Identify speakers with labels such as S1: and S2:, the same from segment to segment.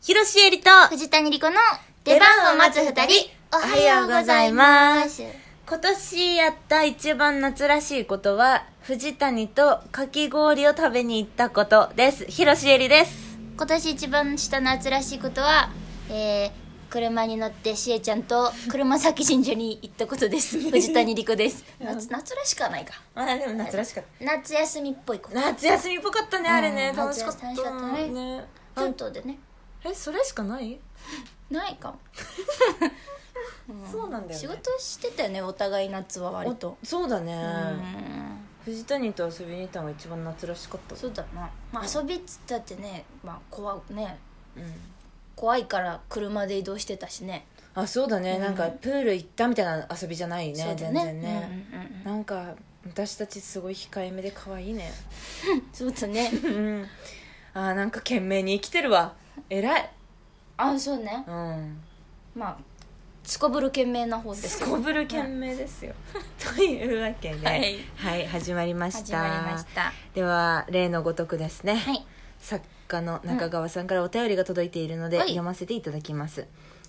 S1: ひろしえりと、
S2: 藤谷莉子の出番を待つ二人、おはようございます。
S1: 今年やった一番夏らしいことは、藤谷とかき氷を食べに行ったことです。ひろしえりです。
S2: 今年一番した夏らしいことは、えー、車に乗ってしえちゃんと車崎神社に行ったこと です。藤谷莉子です。夏、夏らしくはないか。
S1: まあでも夏らしかっ
S2: 夏休みっぽいこと
S1: た。。夏休みっぽかったね、あれね。
S2: うん
S1: 楽しかった。
S2: 夏休み楽しかったね
S1: ねあ
S2: 関東でね。
S1: え、それしかない
S2: ないかも。
S1: そうなんだよね。
S2: 仕事してたよね、お互い夏は割と
S1: お。そうだね。
S2: うん。
S1: 藤谷と遊びに行ったのが一番夏らしかった。
S2: そうだな。まあ遊びっつったってね、まあ怖いね。
S1: うん。
S2: 怖いから車で移動してたしね。
S1: あ、そうだね。なんか、プール行ったみたいな遊びじゃないね。
S2: そうだ
S1: 全
S2: ね
S1: 然ね。
S2: うんうんうんうん
S1: なんか私たちすごい控えめで可愛いね
S2: そうだね。
S1: うんあーなんか懸命に生きてるわ偉い
S2: あ、そうね。
S1: うん
S2: まあ、すこぶる懸命な方ですす。
S1: こぶる懸命です よというわけでは
S2: はい
S1: はい、始まりまし
S2: 始
S1: た
S2: まりました。
S1: では例のごとくですね、
S2: はい。
S1: 作家の中川さんからお便りが届いているので、
S2: はい
S1: 読ませていただきます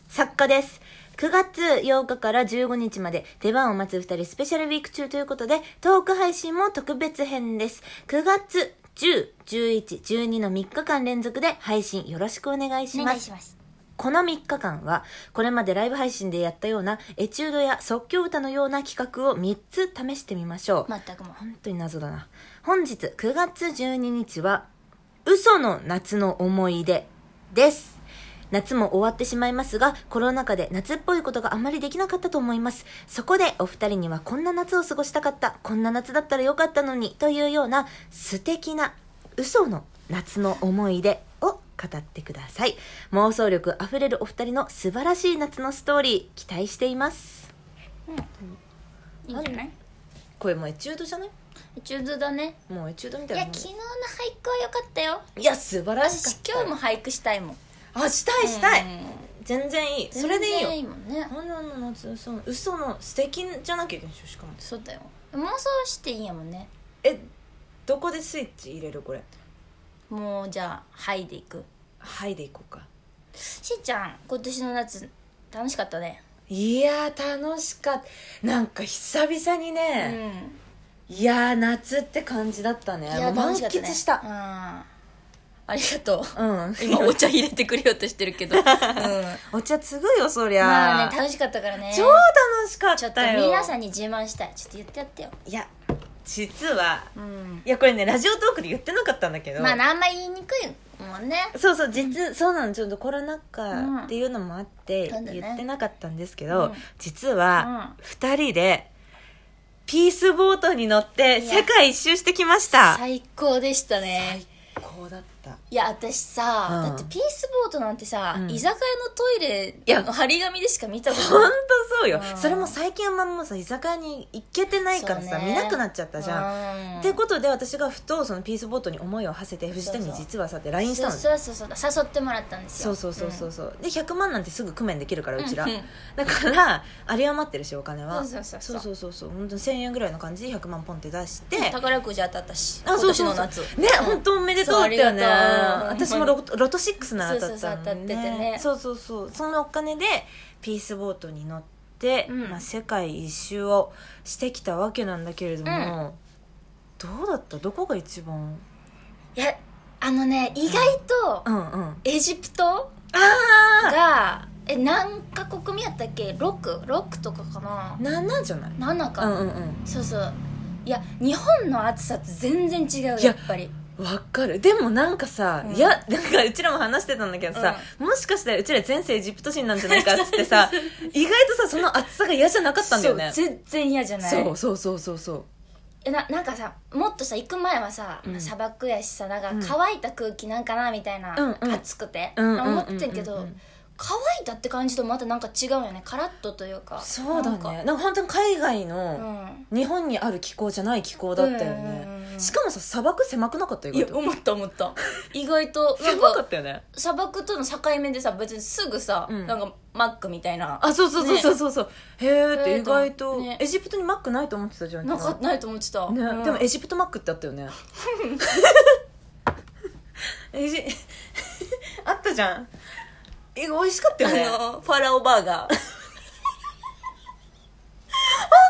S1: 作家です9月8日から15日まで出番を待つ2人スペシャルウィーク中ということでトーク配信も特別編です9月10、11、12の3日間連続で配信よろしくお願いし
S2: お
S1: ま
S2: 願い
S1: す
S2: します。
S1: この3日間はこれまでライブ配信でやったようなエチュードや即興歌のような企画を3つ試してみましょう
S2: 全くも。
S1: 本当に謎だな本日9月12日は「嘘の夏の思い出」です夏も終わってしまいますがコロナ禍で夏っぽいことがあまりできなかったと思いますそこでお二人にはこんな夏を過ごしたかったこんな夏だったらよかったのにというような素敵な嘘の夏の思い出を語ってください妄想力あふれるお二人の素晴らしい夏のストーリー期待しています
S2: いいんじゃない
S1: これもうエチュードじゃない
S2: 中途だね。
S1: もうエチュードみ
S2: い
S1: たいな
S2: や、
S1: もん
S2: 昨日の俳句は良かったよ。
S1: いや素晴らしか
S2: 私
S1: っ、た
S2: 今日も俳句したいもん。
S1: あしたいしたい、
S2: うん
S1: 全然いいそれでいい
S2: 全然
S1: よ
S2: いいもんね。
S1: ほんなの夏嘘の嘘の素敵じゃなきゃいけないでしょしかも
S2: そうだよ。妄想していいんやもんね。
S1: えどこでスイッチ入れるこれ
S2: もう、じゃあ、はいでいく。
S1: はいでいこうか
S2: しーちゃん、今年の夏、楽しかったね。
S1: いやー楽しかったなんか久々に
S2: う
S1: ね、
S2: ん。
S1: いやー夏って感じだったね
S2: いや、
S1: もう
S2: 楽しかったね。
S1: 満喫した
S2: うん。ありがとう。
S1: うん
S2: 今お茶入れてくれようとしてる けど、うん、
S1: お茶継ぐよそりゃ、
S2: まあね楽しかったからね
S1: 超楽しかっ
S2: ちょっと
S1: たよ
S2: 皆さんに自慢したいちょっと言ってやってよ
S1: いや実は
S2: うん
S1: いやこれねラジオトークで言ってなかったんだけど
S2: まああんまり言いにくいもんね
S1: そうそう実そうなのちょっとコロナ禍っていうのもあって
S2: うん
S1: 言ってなかったんですけ
S2: う
S1: ど
S2: ん
S1: 実は2人でピースボートに乗って
S2: いや
S1: 世界一周してきました
S2: 最高でしたね
S1: 高だった
S2: いや私さ、
S1: うん
S2: だってピースボートなんてさ、
S1: うん
S2: 居酒屋のトイ
S1: い
S2: レ
S1: や
S2: の張り紙でしか見たこと
S1: ほん
S2: ない
S1: とそうよ
S2: うん
S1: それも最近あんまもうさ居酒屋に行けてないから
S2: そ
S1: さ
S2: うね
S1: 見なくなっちゃったじゃん
S2: ゃ
S1: ってことで私がふとそのピースボートに思いを馳せて藤田に実はさって LINE したの
S2: そうそうそうそう誘ってもらったんです
S1: そ
S2: よ
S1: うそうそうそうそうで100万なんてすぐ工面できるからうちら
S2: うんうん
S1: だからあり余ってるしお金は
S2: そうそうそうそ
S1: そ
S2: う
S1: うそうそう本当に1000円ぐらいの感じで100万ポンって出して
S2: うん宝くじ当たったし
S1: あそうそうそ
S2: 今年の
S1: う
S2: 夏
S1: ね本当おめでとうだったよね
S2: そうありがとう
S1: 私もロロト6なら当たった
S2: そうそうそう当たっ
S1: の
S2: ててね
S1: そうそうそうそのお金でピースボートに乗って、
S2: うん
S1: まあ、世界一周をしてきたわけなんだけれども、どうだったどこが一番
S2: いやあのね意外と
S1: うんうん
S2: エジプ
S1: あ
S2: トがえ何カ国目やったっけ6六とかかな
S1: 7じゃない
S2: 7か、
S1: うんうんうん
S2: そうそういや日本の暑さと全然違うよ
S1: いや
S2: やっぱり
S1: わかるでもなんかさ、
S2: うん
S1: いやなんかうちらも話してたんだけどさ、もしかしたらうちら前世エジプト人なんじゃないかっつって さ意外とさその暑さが嫌じゃなかったんだよね
S2: そう全然嫌じゃない
S1: そうそうそうそうそう
S2: えななんかさもっとさ行く前はさ、
S1: うん
S2: 砂漠やしさなんか
S1: うん
S2: 乾いた空気なんかなみたいな、
S1: うんうん
S2: 暑くて、
S1: うんうんうんうん
S2: 思ってんけど、乾いたって感じとまたなんか違うよねカラッとというか
S1: そうだね
S2: なんか
S1: なんか本当に海外
S2: う
S1: の、
S2: ん
S1: 日本にある気候じゃない気候だったよね、
S2: うんうんうん
S1: しかもさ砂漠狭くなかったよ
S2: い
S1: 意
S2: や
S1: 外と
S2: 思った思 った意外となん
S1: 狭か
S2: か
S1: ったよね
S2: 砂漠との境目でさ別にすぐさ、
S1: うん
S2: なんかマックみたいな
S1: あそうそうそうそうそうそう、へえって意外と、
S2: ね
S1: エジプトにマックないと思ってたじゃん
S2: なんかないと思ってた、
S1: ね、
S2: うん
S1: でもエジプトマックってあったよね エジ あったじゃんえ美味しかったよね
S2: あのファラオバーガー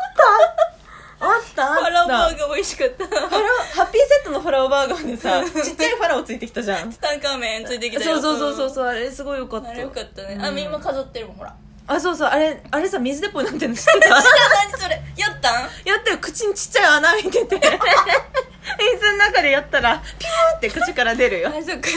S1: あったあ
S2: ファラオ
S1: った
S2: バーガー美味しかった
S1: ファラオハッピーセットのファラオバーガーにさちっちゃいファラオついてきたじゃん
S2: ツタンカーメンついてきた
S1: そ
S2: よ
S1: うそうそうそう
S2: う
S1: そうあれすごいよかっ
S2: ん
S1: た
S2: あれよかったね、
S1: うん
S2: あ今飾ってるもんほら
S1: あそうそうあれあれさ水鉄砲になってんの知って た
S2: 何それやったん
S1: やったよ口にちっちゃい穴開いてて水の中でやったらピューって口から出るよ
S2: あそっかそ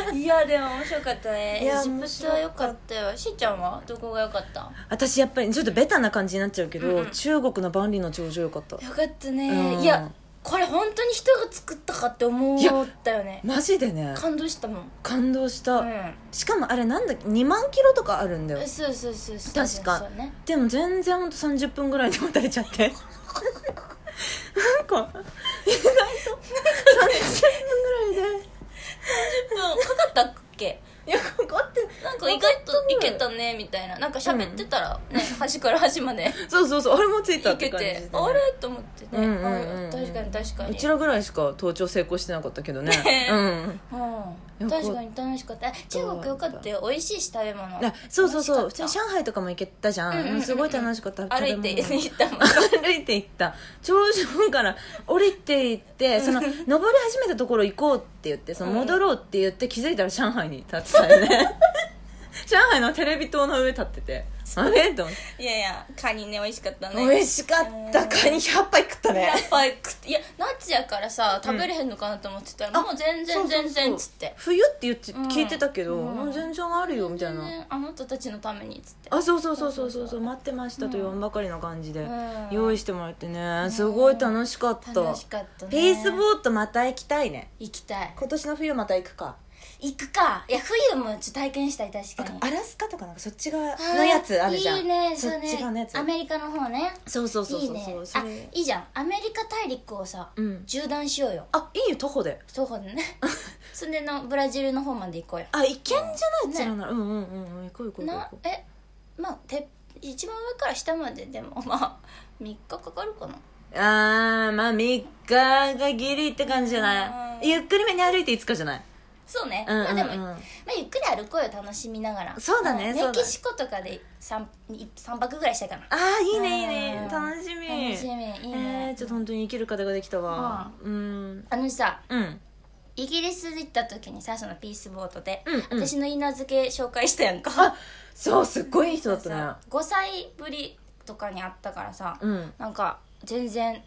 S2: っかいやでも面白かったね
S1: いや
S2: エジプトは良かったよしーちゃんはどこが良かった
S1: 私やっぱりちょっとベタな感じになっちゃうけど、
S2: うんうん
S1: 中国の万里の長城よかった
S2: 良かった
S1: う
S2: ね
S1: ん
S2: いやこれ本当に人が作ったかって思ったよね
S1: マジでね
S2: 感動したもん
S1: 感動した、
S2: うん
S1: しかもあれなんだっけ2万キロとかあるんだよ
S2: えそうそうそうそう
S1: 確か
S2: そうね
S1: でも全然ほんと30分ぐらいで渡れちゃってなんか意外と30分ぐらいで
S2: うんかかったっけ
S1: いやかかって
S2: なんか意外といけたねみたいななんか喋ってたらね、端から端 まで
S1: そうそうそうあれもついた
S2: い
S1: って
S2: け
S1: 感じで
S2: てあれと思ってね、
S1: うんうんうん
S2: あ確かに確か
S1: う
S2: に
S1: ちらぐらいしか登頂成功してなかったけどね
S2: ね
S1: うん
S2: うん、確かに楽しかったえ中国よかったよ美味しいし食べ物
S1: いやそうそうそう
S2: 美
S1: 普通に
S2: 味し
S1: 上
S2: かっ
S1: 海とかも行けたじゃん,、
S2: うんうんうんうん
S1: すごい楽しかった
S2: た歩いて
S1: 食べ物
S2: 行ったもん
S1: 歩いて行った頂上から降りて行ってその 登り始めたところ行こうって言ってその
S2: うん
S1: 戻ろうって言って気づいたら上海に立ってたよ ね上海のテレビ塔の上立っててあれと思って
S2: いやいやカニね美味しかったね
S1: 美味しかったカニ100杯食ったね
S2: やっぱり食っていや夏やからさ食べれへんのかなと思ってたら、
S1: うん
S2: もう全然
S1: そうそうそう
S2: 全然っつって
S1: 冬って言って
S2: うん
S1: 聞いてたけど、
S2: うん
S1: もう全然あるよみたいな、
S2: 全然あの人たちのためにっつって
S1: あそうそうそうそうそうそう待ってましたと言わんばかりの感じで、用意してもらってねすごい楽しかった、
S2: 楽しかったね
S1: ピースボートまた行きたいね
S2: 行きたい
S1: 今年の冬また行くか
S2: 行くかいや冬もちょっと体験したい確かに
S1: アラスカとかなんかそっち側のやつあるじゃん
S2: いいね
S1: そ
S2: そう
S1: っち側のや
S2: ね
S1: つ
S2: アメリカの方ね
S1: そうそうそう
S2: いい
S1: そう
S2: ね
S1: そ
S2: あ
S1: れ
S2: いいじゃんアメリカ大陸をさ
S1: うん
S2: 縦断しようよ
S1: あいいよ徒歩で
S2: そう かねそれのブラジルの方まで行こうよ
S1: あ行けんじゃないつらなら、うんうんうんうん行こう行こう行
S2: な
S1: こう
S2: えまあて一番上から下まででも まあ3日かかるかな
S1: あーまあ3日がギリって感じじゃな
S2: うん
S1: いゆっくりめに歩いて5日じゃない
S2: そうね、
S1: うんうんうん
S2: まあでも、まあ、ゆっくり歩こうよ楽しみながら
S1: そうだね
S2: ん
S1: そうだ
S2: メ
S1: ね
S2: キシコとかで 3, 三泊ぐらいしたいかな
S1: あーいいねいい
S2: う
S1: ね
S2: ん
S1: 楽しみ
S2: 楽しみいいね、
S1: えー、ちょっと本当に生きる方ができたわうん
S2: あのさ
S1: うん
S2: イギリス行った時にさそのピースボートで、
S1: うんうん
S2: 私の稲漬け紹介したやんか
S1: あそうすっごいいい人だったね
S2: 5歳ぶりとかに会ったからさ、
S1: うん
S2: なんか全然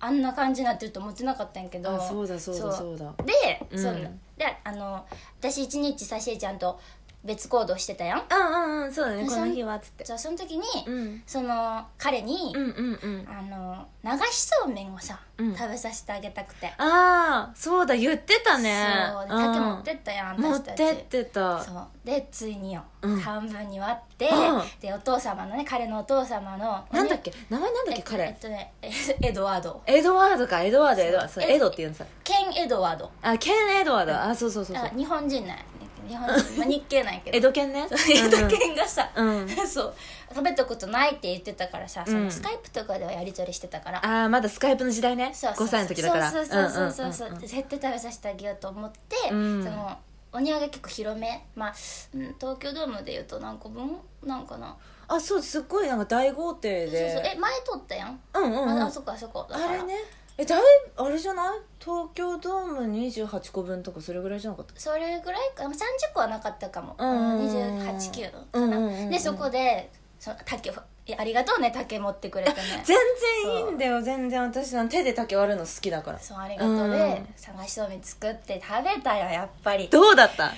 S2: あんな感じになってると思ってなかったんやけど
S1: あそうだそうだ
S2: そう
S1: そうだ
S2: で、
S1: うん
S2: そうであの私一日さしえちゃんと別行動してたやん
S1: うんうんうんそうだね
S2: そ
S1: こ
S2: ん
S1: の日はっつって
S2: じゃあその時に、
S1: うん
S2: その彼に、
S1: うんうんうん
S2: あの流しそうめんをさ、
S1: うん
S2: 食べさせてあげたくて
S1: ああそうだ言ってたね
S2: そうで竹持って
S1: っ
S2: ったやん、
S1: た持
S2: 私
S1: った
S2: ち
S1: てってた
S2: そうでついによ、
S1: うん
S2: 半分に割って、
S1: うん
S2: でお父様のね彼のお父様の
S1: なんだっけ名前なんだっ
S2: え
S1: け
S2: っとえ
S1: 彼
S2: っとね えエドワード
S1: エドワードかエドワードエドワードそう
S2: え
S1: エドって言うんさ
S2: ケン・エドワード
S1: あケンエドワードあそうそうそう
S2: だ
S1: そ
S2: か
S1: う
S2: ら日本人ない日本人、まあ、日系なんやけ ど
S1: エドケンね
S2: 江戸犬がさ、
S1: うん
S2: そう食べたことないって言ってたからさ、そうの
S1: ん
S2: スカイプとかではやり取りしてたから
S1: ああまだスカイプの時代ね
S2: そうそう
S1: 5歳の時だから
S2: そうそうそうそうそう,、
S1: んんんん
S2: 絶対食べさせてあげようと思って、
S1: うん
S2: そのお庭が結構広めまあ、うん、東京ドームでいうと何個分なんかな
S1: あそうすっごいなんか大豪邸
S2: そうそう
S1: で
S2: え前撮ったやん、
S1: うんうんうん
S2: ああそこあそこだか
S1: あ
S2: ら
S1: れねえだいあれじゃない東京ドーム28個分とかそれぐらいじゃなかった
S2: それぐらいかまあ30個はなかったかも、
S1: うんうんうん
S2: 28キロかな、
S1: うんうんうんうん
S2: でそこでその竹をえありがとうね竹持ってくれてね
S1: 全然いいんだよ全然私の手で竹割るの好きだから
S2: そうありがとうで、
S1: うん
S2: 探しそうめん作って食べたよやっぱり
S1: どうだったや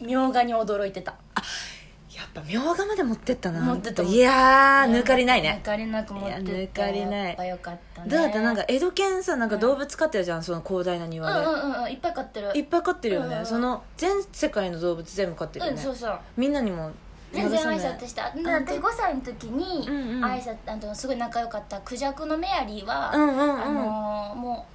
S2: みょうがに驚いてた
S1: っぱみょうがまで持ってったな
S2: 持ってった
S1: いやー抜かりないね
S2: 抜かりなく持ってっ
S1: い
S2: た
S1: や抜かりない
S2: やっぱよかったね
S1: どうだったなんか江戸犬さなんか動物飼ってるじゃんその広大な庭
S2: う
S1: で、
S2: んうんうんうんいっぱい買ってる
S1: いっぱい飼ってるよね、
S2: うん
S1: その全世界の動物全部飼ってるよ
S2: うん
S1: ね、
S2: そうそう
S1: みんなにも
S2: 全然挨
S1: 慰め
S2: 拶したで私5歳の時に
S1: うんうん
S2: 挨拶あのすごい仲良かったクジャクのメアリーは、
S1: うんうんうん
S2: あのーも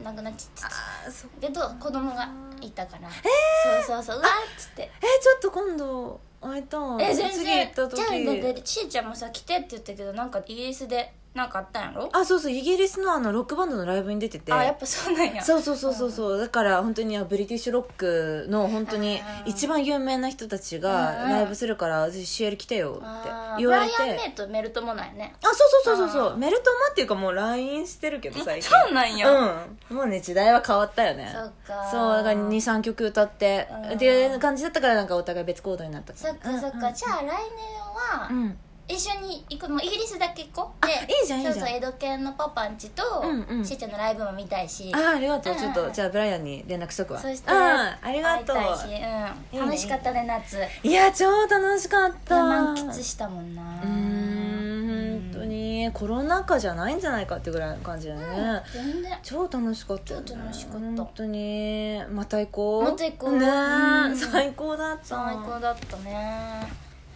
S2: う亡くなっちゃった
S1: あそう
S2: けど子供がいたから、そうそうそううわっつって
S1: えちょっと今度会いたい
S2: え全
S1: 次行
S2: 然
S1: った時
S2: じゃあだってしーちゃんもさ来てって言ったけどなんかイギリスでなんかあったんやろ
S1: あそうそうイギリスのあのロックバンドのライブに出てて
S2: あやっぱそうなんや
S1: そうそうそうそうそう、だから本当にブリティッシュロックの本当に
S2: うん
S1: 一番有名な人たち
S2: うん
S1: が
S2: うん
S1: ライブするから「ぜひ CL 来てよ」って
S2: あー
S1: 言われて
S2: ブライアン・メイとメルトもないね
S1: あそうそうそうそうそううメルトマっていうかもう LINE してるけど最近
S2: そうなんや、
S1: うんもうね時代は変わったよね
S2: そっか
S1: そうだから23曲歌って
S2: うん
S1: っていう感じだったからなんかお互い別行動になった
S2: そっかそっか、じゃあ来年は、
S1: うんうん
S2: 一緒に行くもうイギリスだけ行こう
S1: あいいじゃんいいじゃん
S2: そうそう江戸犬のパパんちと、
S1: うんうん
S2: しーちゃんのライブも見たいし
S1: あーありがとう
S2: うん
S1: ちょっとじゃあブライアンに連絡しとくわ
S2: そし
S1: う
S2: た
S1: ん
S2: ら
S1: ありがとう
S2: 会いたいし、うん
S1: いいね
S2: 楽しかったね夏
S1: いや超楽しかった
S2: 満喫したもんな
S1: うーん本当にコロナ禍じゃないんじゃないかってぐらいの感じだね、
S2: 全然
S1: 超楽しかったよね
S2: 超楽しかった
S1: 本当にまた行こう
S2: また行こう
S1: ねえ
S2: うん
S1: 最高だった
S2: 最高だったね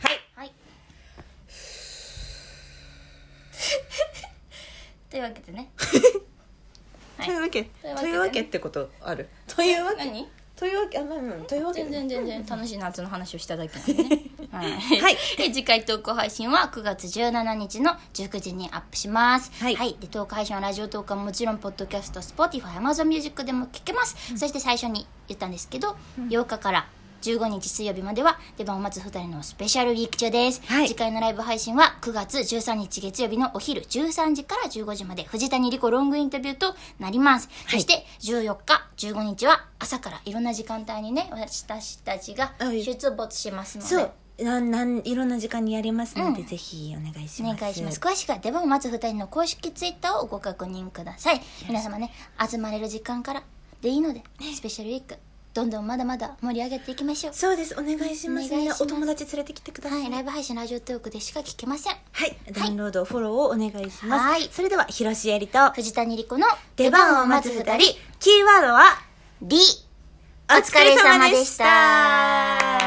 S1: はい
S2: はい というわけで ねはい
S1: というわけ
S2: と
S1: と
S2: い
S1: いうう
S2: わ
S1: わ
S2: け
S1: けってことあるというわけ
S2: 何
S1: というわけあまあまあというわけ
S2: 全
S1: で
S2: 然全然楽しい夏の話をしただけなんでね、 はい
S1: はい
S2: で次回投稿配信は9月17日の19時にアップします
S1: はい
S2: で投稿配信はラジオ投稿はもちろんポッドキャスト Spotify Amazon Music でも聞けます、そして最初に言ったんですけど、8日から15日水曜日までは出番を待つ2人のスペシャルウィーク中です、
S1: はい
S2: 次回のライブ配信は9月13日月曜日のお昼13時から15時まで藤谷莉子ロングインタビューとなります、そして14日15日は朝からいろんな時間帯にね私たちが
S1: はい
S2: 出没しますので、
S1: そうなんなんいろんな時間にやりますので、
S2: うん
S1: ぜひお願いし
S2: お
S1: ます
S2: 願いします詳しくは出番を待つ2人の公式ツイッターをご確認ください皆様ね集まれる時間からでいいので、スペシャルウィークどんどんまだまだ盛り上げていきましょう
S1: そうですお願いします
S2: お願いします
S1: お友達連れてきてくださ
S2: はいいライブ配信ラジオトークでしか聞けません
S1: はい、ダウンロード、フォローをお願いします。
S2: はい
S1: それでは、広しえりと、
S2: 藤谷莉子の
S1: 出番を待つ二人、キーワードは、
S2: D お疲れ様でした。